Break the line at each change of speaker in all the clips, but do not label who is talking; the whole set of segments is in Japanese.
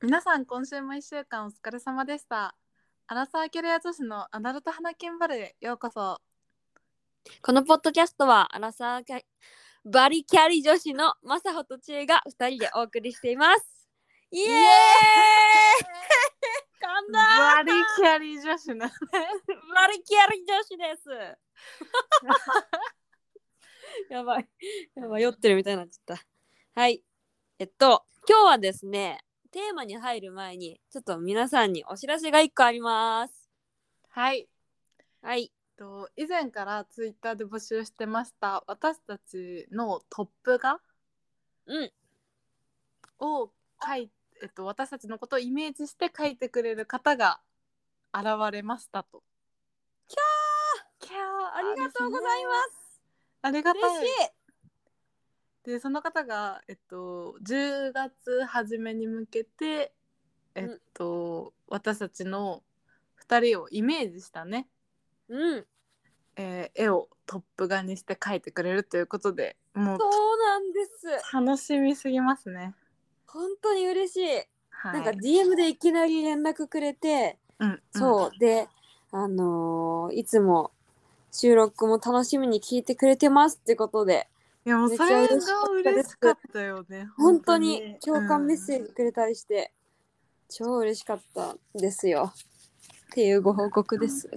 皆さん今週も1週間お疲れ様でしたアラサーキャリア女子のアダルト花金バルへようこそ
このポッドキャストはアラサーキャバリキャリ女子のマサホとチエが2人でお送りしています。イエーイ
イエーイ
かんだ
バリキャリ女子のね
バリキャリ女子です。 やばい。やばい。酔ってるみたいになっちゃった。はい。えっと、今日はですね、テーマに入る前に、ちょっと皆さんにお知らせが1個あります。
はい
はい。
と以前からツイッターで募集してました私たちのトップ画
うん
を書い、えっと、私たちのことをイメージして書いてくれる方が現れましたとキャーキャ
あ
ー
りがとうございます。
ありがたい
嬉しい。
でその方が、えっと、10月初めに向けて、えっと私たちの2人をイメージしたね、
うん。
えー絵をトップ画にして描いてくれるということでもう
そうなんです。
楽しみすぎますね。
本当に嬉しい。
はい、
なんか DM でいきなり連絡くれて、
うんうん、
そうであのーいつも収録も楽しみに聞いてくれてますってことで
いやもうそれが嬉しかったよね。
本当に共感メッセー
うん
ジくれたりして、超嬉しかったですよっていうご報告です。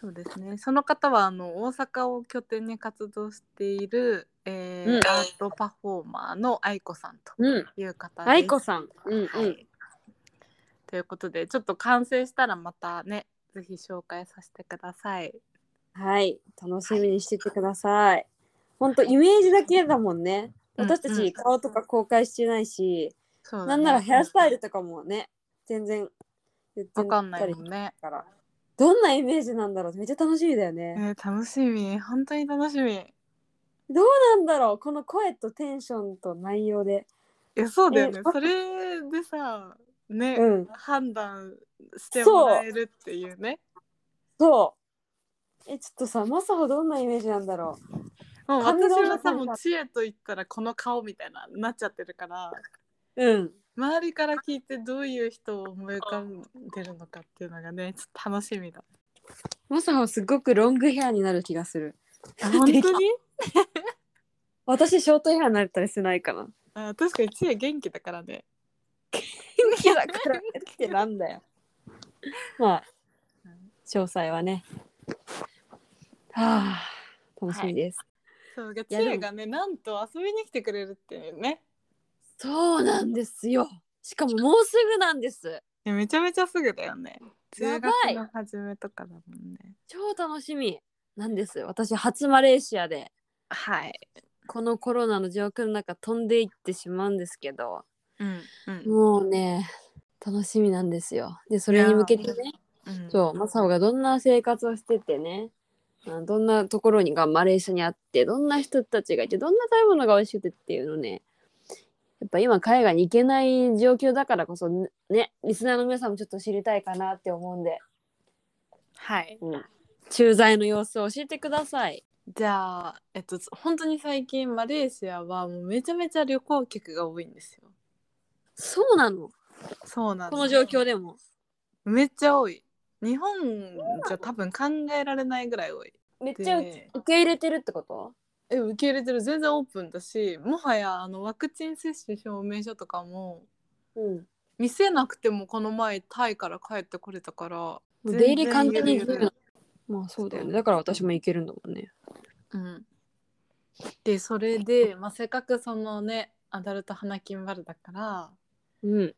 そうですね。その方はあの大阪を拠点に活動している、えー
うん
アートパフォーマーの愛子さんと
うん、
いう方です。
愛子さん、うんうん、
はいということでちょっと完成したらまたねぜひ紹介させてください。
はい、楽しみにしててください。本当イメージだけだもんね。
うん
私たち顔とか公開してないし、
そうだね
なんならヘアスタイルとかもね、全然言って
わかんな
た
い
り
もんね。
から。どんなイメージなんだろうめっちゃ楽しみだよ
え
ね。
ー楽しみ本当に楽しみ。
どうなんだろうこの声とテンションと内容で。
えそうだよね
え。
それでさね、
うん。
判断してもらえるっていうね。
そう。え、ちょっとさ、マサホどんなイメージなんだろう
もう
髪
私
の
はさ
長さ
もう知恵と言ったらこの顔みたいななっちゃってるから
うん。
周りから聞いてどういう人を思い浮かんでるのかっていうのがねちょっと楽しみだ。
マサホすごくロングヘアになる気がする。
本当に
私、ショートヘアになったりしないかな。
あ確かに知恵元気だからね。
元気だからってなんだよ。まあ、詳細はね。はあ、楽しみです。
そうが知
やでも
恵がねなんと遊びに来てくれるっていうね
そうなんですよ。しかももうすぐなんです。
いやめちゃめちゃすぐだよね10
や
月
ばい
の初めとかだもんね
超楽しみなんです。私初マレーシアで
はい
このコロナの状況の中飛んでいってしまうんですけど、
うんうん
もうね楽しみなんですよ。でそれに向けてね、
うん
そうマサオがどんな生活をしててね。あどんなところにがマレーシアにあってどんな人たちがいてどんな食べ物が美味しくてっていうのねやっぱ今海外に行けない状況だからこそねねリスナーの皆さんもちょっと知りたいかなって思うんで
はい
駐在の様子を教えてください。
じゃあえっと本当に最近マレーシアはもうめちゃめちゃ旅行客が多いんですよ
そうなの
そうなん
こ
です
の状況でも。
めっちゃ多い日本じゃ多分考えられないぐらい多い
めっ
で
ちゃ受け入れてるってこと
え受け入れてる全然オープンだしもはやあのワクチン接種証明書とかも
うん。
見せなくてもこの前タイから帰ってこれたから
もう出入り
全
簡
然
単にでき
余裕
るまあそうだよね。だから私も行けるんだもんね。
うん、でそれで、まあ、せっかくそのねアダルト花金バルだから
うん。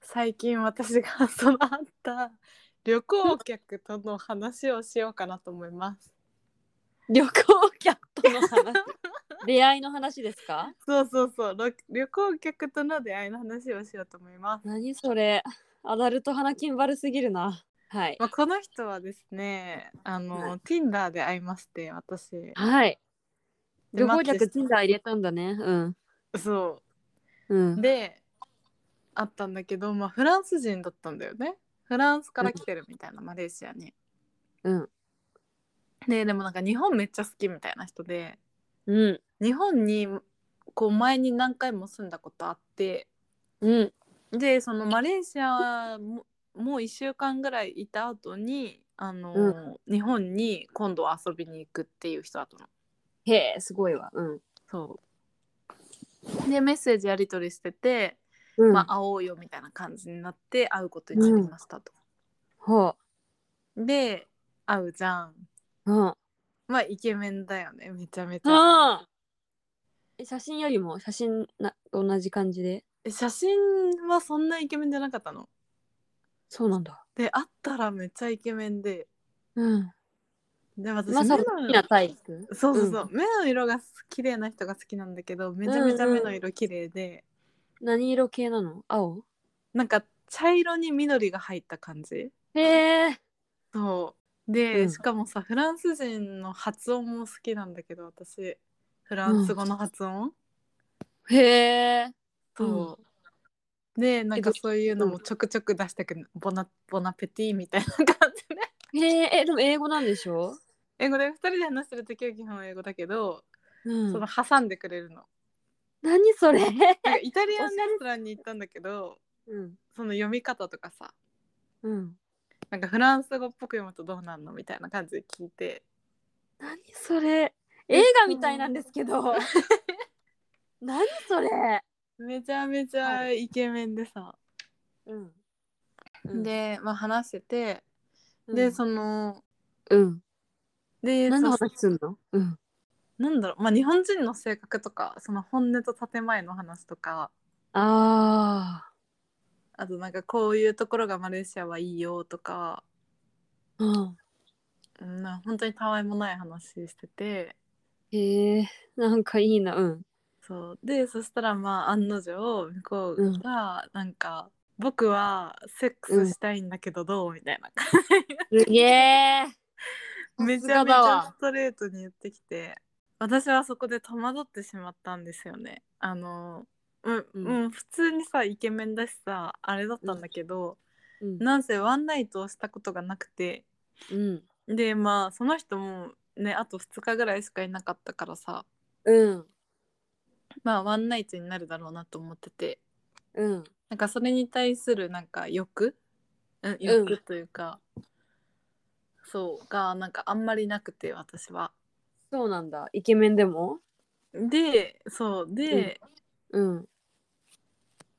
最近私が そのあった旅行客との話をしようかなと思います。
旅行客との 話。出会いの話ですか
そうそうそうろ旅行客との出会いの話をしようと思います。
何それ。アダルト花金バルすぎるな。はい。
まあ、この人はですねあの、
は
Tinder で会いまして私
はい。
で
旅行客
マッチし
Tinder 入れたんだね。うん。。
そううんで会ったんだけど、まあ、フランス人だったんだよねフランスから来てるみたいな、マレーシアに。
うん。
ででもなんか日本めっちゃ好きみたいな人で
うん。
日本にこう前に何回も住んだことあって
うん。
でそのマレーシアももう1週間ぐらいいた後にあの、
う
日本に今度遊びに行くっていう人だったの。
へえすごいわうん、
そうでメッセージやり取りしてて、
うん
まあ、会おうよみたいな感じになって会うことになりましたと。
ほ
で会うじゃん。
ううん
まあイケメンだよねめちゃめちゃ。
あえ写真よりも写真な同じ感じで
え写真はそんなイケメンじゃなかったの。
そうなんだ
で会ったらめっちゃイケメンで。
うん
で私
まさ
目の
に好きなタイプ
そうそうそう、目の色が綺麗な人が好きなんだけどめちゃめちゃ目の色綺麗で、
何色系なの青
なんか茶色に緑が入った感じ
へえ
そうで、
うん
しかもさフランス人の発音も好きなんだけど私フランス語の発音、
へえ
そう、でなんか
えど
そういうのもちょくちょく出してくる、ボナボナペティみたいな感じ ね
へええでも英語なんでしょ
英語で2人で話してる時は基本英語だけど、
うん
その挟んでくれるの
何それ
なんかイタリアンレストランに行ったんだけど
うん
その読み方とかさ
うん
なんかフランス語っぽく読むとどうなんのみたいな感じで聞いて
何それ映画みたいなんですけど何それ
めちゃめちゃイケメンでさ、
うん
で、まあ、話してて、
う
で
ん
その
うん
で
何の
そ
話すんのうん
なんだろう、まあ、日本人の性格とかその本音と建前の話とか
あ
あとなんかこういうところがマレーシアはいいよとか、
あうん
うん、なんか本当にたわいもない話してて
へえなんかいいなうん
そうでそしたらまあ案の定向こうがなんか、僕はセックスしたいんだけどどう?」みたいな感じ
すげえ
めちゃめちゃストレートに言ってきて私はそこで戸惑ってしまったんですよねあのうん、
うん
うん、普通にさイケメンだしさあれだったんだけど、
うん
なんせワンナイトをしたことがなくて
うん
でまあその人もねあと2日ぐらいしかいなかったからさ
うん
まあワンナイトになるだろうなと思ってて
うん
なんかそれに対するなんか欲、うん、欲というか、そうがなんかあんまりなくて私は。
そうなんだイケメンでも
でそうで、
うん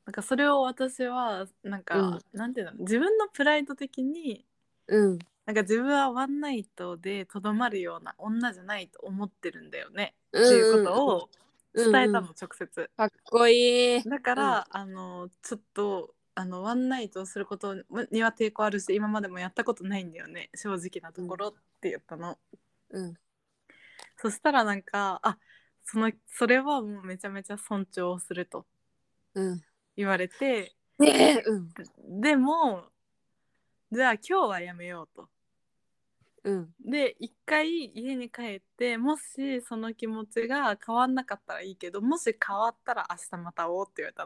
なんかそれを私はなんか、
うん
なんていうの自分のプライド的に
うん
なんか自分はワンナイトでとどまるような女じゃないと思ってるんだよね、
うん
っていうことを伝えたの、
うんうん
直接
かっこいい
だから、あのちょっとあのワンナイトをすることには抵抗あるし今までもやったことないんだよね正直なところって言ったの、
うん
そしたらなんかあそのそれはもうめちゃめちゃ尊重をすると
うん
言われて
ねえうん
でもじゃあ今日はやめようと。
うん
で一回家に帰ってもしその気持ちが変わんなかったらいいけどもし変わったら明日また会おうって言われた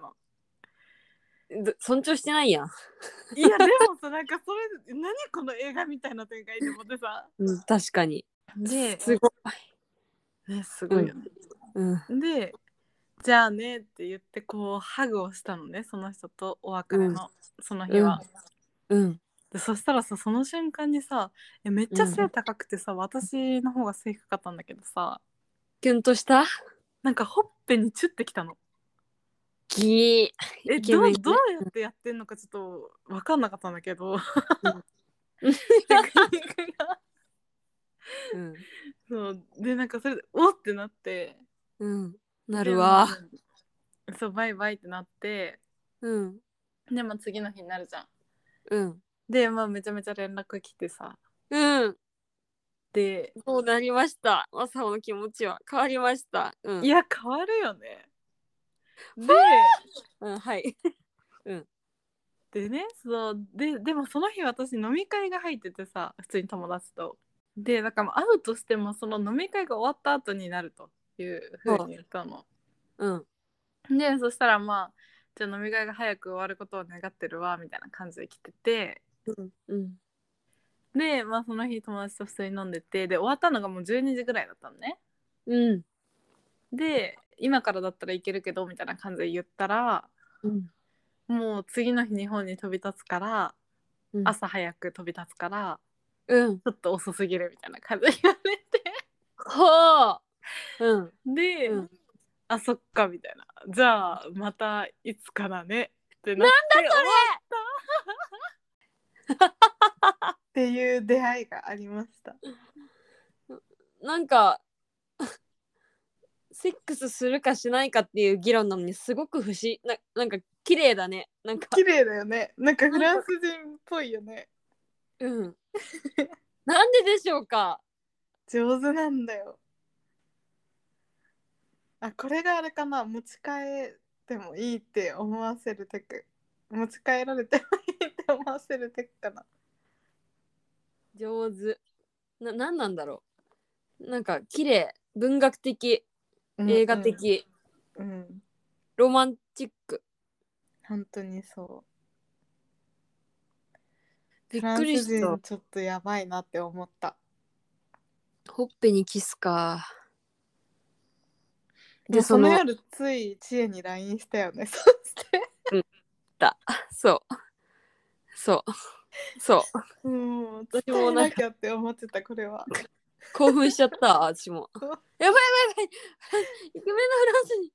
の。
ど尊重してないやん、
いやでもさなんかそれ何この映画みたいな展開って思ってさ。
うん、確かに
です
ごい、
ねすごいよね。
うん、
でじゃあねって言ってこうハグをしたのねその人とお別れの、その日は。
うんうん
でそしたらさその瞬間にさえめっちゃ背高くてさ、私の方が背低かったんだけどさ
キュンとした
なんかほっぺにチュッてきたの
ギー
え
イケ
ど
メン
う
ね
どうやってやってんのかちょっと分かんなかったんだけど、
うん
テクニックが
うん、
そうでなんかそれでおってなって
うん、な
な
るわ
そうバイバイってなって
うん
でまあ次の日になるじゃん
うん
でまあめちゃめちゃ連絡来てさ
うん
で
そうなりましたマサオの気持ちは変わりましたうん
いや変わるよね で
うんはい
でねそうででもその日私飲み会が入っててさ普通に友達と。でだからもう会うとしてもその飲み会が終わった後になるというふうに言ったの。
うん
でそしたらまあじゃあ飲み会が早く終わることを願ってるわみたいな感じで来てて
うんうん
でまあその日友達と普通に飲んでてで終わったのがもう12時ぐらいだったのね。
うん
で今からだったらいけるけどみたいな感じで言ったら
うん
もう次の日日本に飛び立つから、
うん
朝早く飛び立つから
うん。
ちょっと遅すぎるみたいな感じで言われて
ほう。うん。
で、
うん
あそっかみたいなじゃあまたいつからねってなってなんだそれっていう出会いがありま した
なんか。 セックスするかしないかっていう議論なのにすごく不思ななんか綺麗だねなんか
綺麗だよねなんかフランス人っぽいよね
うん。なんででしょうか。
上手なんだよあこれがあれかな持ち帰ってもいいって思わせるテク持ち帰られてもいいって思わせるテクかな
上手。な、なんなんだろう。なんか綺麗、文学的、映画的、
うん、うん、
ロマンチック。
本当にそう
びっ
フラン
くり
ス
し
人
た。
ちょっとやばいなって思った
ほっぺにキスか。
で
で、
そ
そ
の
の、
夜つい知恵に LINE したよね そして
そう。そう。そう。
うん
私
伝え
もなん
な
か
きゃって思ってたこれは
興奮しちゃ った、私も。やばいやばいやばい。イケメンのフランスに。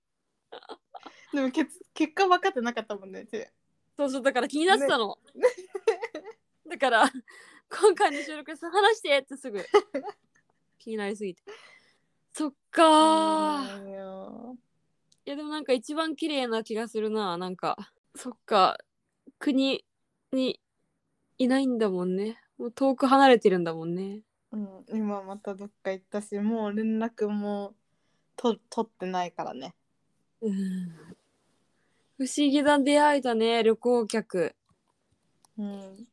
でも結結果分かってなかったもんね知恵
そうそう、だから気になってたの。だから、今回の収録で話してってすぐ。気になりすぎて。そっかー。
そうなのよ
いやでもなんか一番綺麗な気がするななんかそっか国にいないんだもんねもう遠く離れてるんだもんね
うん、今またどっか行ったしもう連絡もと取ってないからね
うん不思議な出会いだね旅行客
うん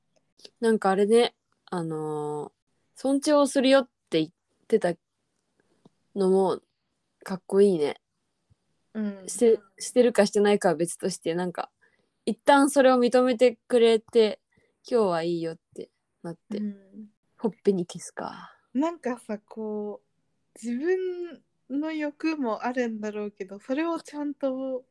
なんかあれねあのー尊重をするよって言ってたのもかっこいいね
うん
してしてるかしてないかは別としてなんか一旦それを認めてくれて今日はいいよってなって、
うん
ほっぺにキスか。
なんかさこう自分の欲もあるんだろうけどそれをちゃんと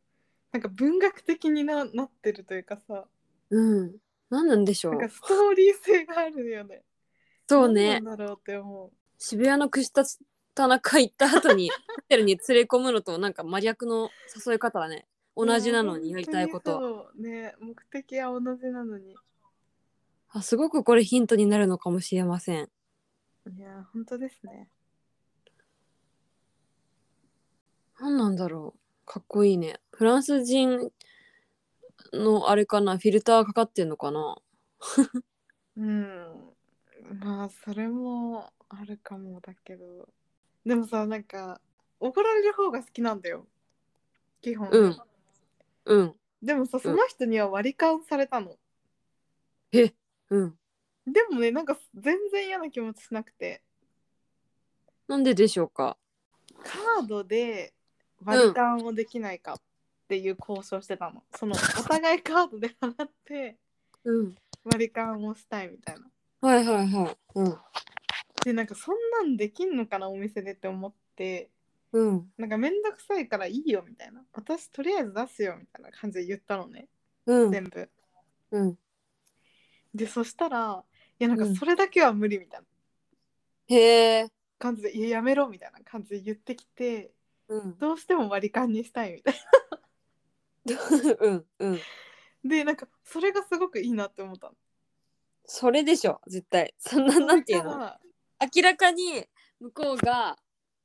なんか文学的にななってるというかさ
うん。何なんでしょ
なんか
う。
ストーリー性があるよね。
そう
何
ね。
なんだろうって思
渋谷の串田中行った後にホテルに連れ込むのとなんか真逆の誘い方はね
う。
同じなのにやりたいことは
本当にそうね目的は同じなのに。
あすごくこれヒントになるのかもしれません
いや本当ですね。
何なんだろうかっこいいねフランス人のあれかなフィルターかかってんのかな
うん。まあそれもあるかもだけどでもさなんか怒られる方が好きなんだよ基本、
うんうん
でもさその人には割り勘されたの、
うん
でもねなんか全然嫌な気持ちしなくて
なんででしょうか
カードで割り勘をできないかっていう交渉してたの、そのお互いカードで払って
うん
割り勘をしたいみたいな
はいはいはいうん
でなんかそんなんできんのかなお店でって思って
うん
なんかめんどくさいからいいよみたいな私とりあえず出すよみたいな感じで言ったのね
うん
全部
うん
でそしたらいやなんか
うん
それだけは無理みたいな
へえ
感じで「いややめろ」みたいな感じで言ってきて
うん
どうしても割り勘にしたいみたいな
うんうん
でなんかそれがすごくいいなって思ったの
それでしょ絶対そんななんていうの明らかに向こうが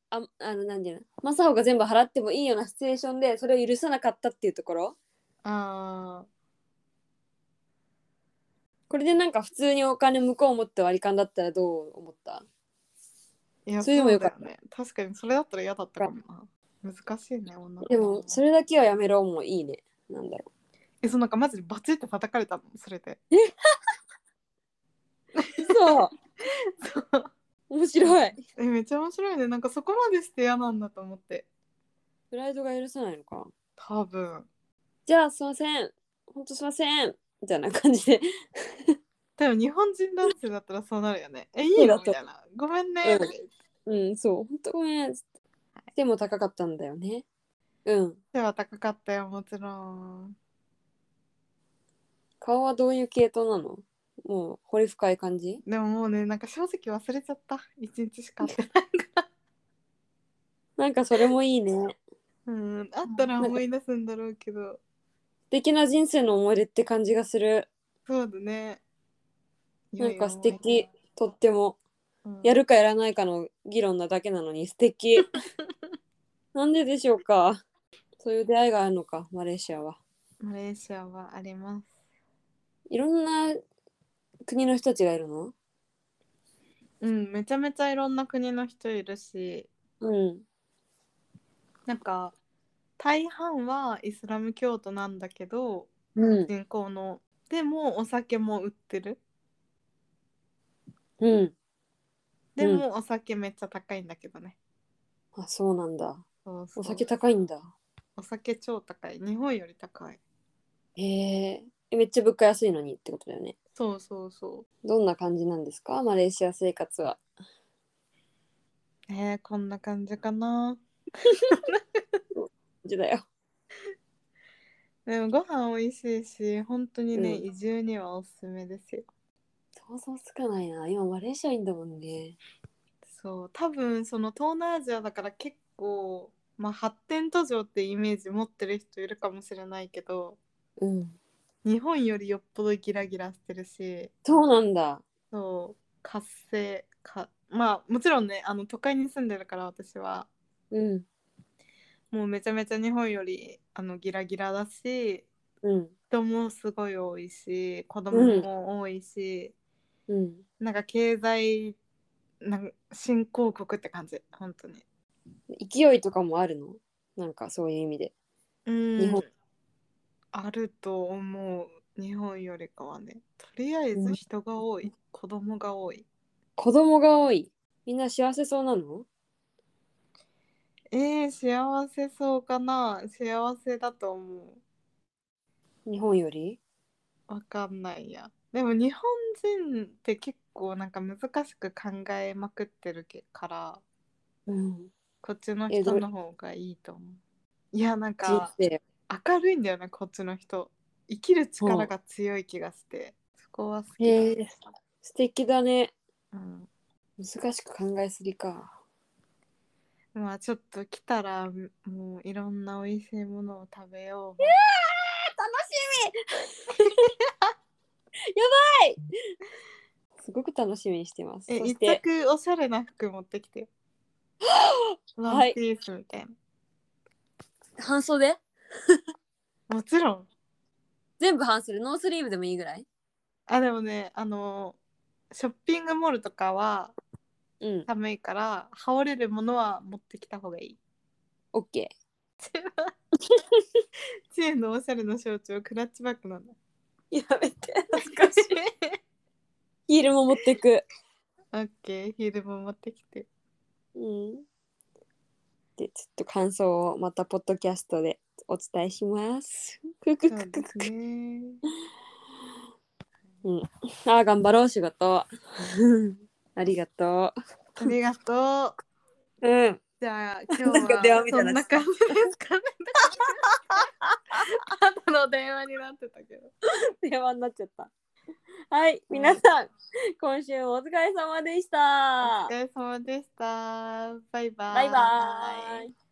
ああのなんていうのマサオが全部払ってもいいようなシチュエーションでそれを許さなかったっていうところ
あー
これでなんか普通にお金向こう持って割り勘だったらどう思った
いや
それでもよかった
そうだよね確かにそれだったら嫌だったかもな難しいね女の子
でもそれだけはやめろもいいねなんだろ
えそうなんかマジでバチって叩かれたのそれで
うそう
そう
面白い
えめっちゃ面白いねなんかそこまでして嫌なんだと思って
プライドが許さないのかな
多分
じゃあすいませんほんとすいませんみたいな感じで
でも日本人男性だったらそうなるよねえいい
そうだ
よ
と
みたいなごめんね、
うんうんそうほんとごめんつってでも高かったんだよねうん
背は高かったよもちろん
顔はどういう系統なのもう彫り深い感じ
でももうねなんか正直忘れちゃった一日しか会ってない
なんかそれもいいね。素
うんあったら思い出すんだろうけど
敵な人生の思い出って感じがする。
そうだね
なんか素敵、とっても。
うん
やるかやらないかの議論なだけなのに素 敵。なんででしょうかそういう出会いがあるのか、マレーシアは。
マレーシアはあります
いろんな国の人たちがいるの
うんめちゃめちゃいろんな国の人いるし
うん。
なんか大半はイスラム教徒なんだけど
うん。
人口のでもお酒も売ってる
うん。
でもお酒めっちゃ高いんだけどね、
あ、そうなんだ。
そうそう
お酒高いんだ。
お酒超高い日本より高い
へえ。えめっちゃ物価安いのにってことだよね。
そうそうそ
どんな感じなんですかマレーシア生活は。
うえー、こんな感じかな
感じだよ。
でもご飯美味しいし本当にね、
うん
移住にはおすすめですよ
想像つかないな。今マレーシアいいんだもんね。
そう多分その東南アジアだから結構まあ発展途上ってイメージ持ってる人いるかもしれないけど
うん。
日本よりよっぽどギラギラしてるし
そうなんだ。
そう活性かまあもちろんねあの都会に住んでるから私は
うん。
もうめちゃめちゃ日本よりあのギラギラだし
うん。
人もすごい多いし子供も多いし、
うん。
なんか経済なんか新興国って感じ本当に。
勢いとかもあるのなんかそういう意味で。
うん
日本
あると思う日本よりかはねとりあえ
う
ず
ん
人が多い、子供が多い
子供が多い。みんな幸せそうなの
えー、幸せそうかな幸せだと思
日本より
うわかんないやでも日本人って結構なんか難しく考えまくってるけから
うん。
こっちの
えど
人
れ
の方がいいと思ういやなん
人
か
生。
明るいんだよねこっちの人生きる力が強い気がしてそこは好きだ、
へえ素敵だね。
うん
難しく考えすぎか。
まあちょっと来たらもういろんな美味しいものを食べよう。
楽しみやばいすごく楽しみにしてます。
え
そ
一
して、
着おしゃれな服持ってきてよ。ワ
はい
ンピースみたいな。
半袖
もちろん。
全部半袖。ノースリーブでもいいぐらい
あでもねあのショッピングモールとかは
うん。
寒いから羽織れるものは持ってきた方がいい。
オッケ
知恵のおしゃれの象徴クラッチバッグ なんだ。
ー。やめて。恥ずかしい。ヒールも持ってく。
オッケーヒールも持ってきて。
うん。で、ちょっと感想をまたポッドキャストでお伝えします。くく
そう
く
で
く
す
くく。
ね。
ああ、頑張ろう、仕事。 ありがと
ありがとう。
う。うん。
じゃあ今日
なんか電話
は
みた
そ
い
ん
に
な
なっちゃ
感
っ
じです かね。あなたの電話になってたけど。
電話になっちゃった。はい、皆さん、今週もお疲れ様でし
お
た
疲。れ様でした。バイバイ。
バイバーイ。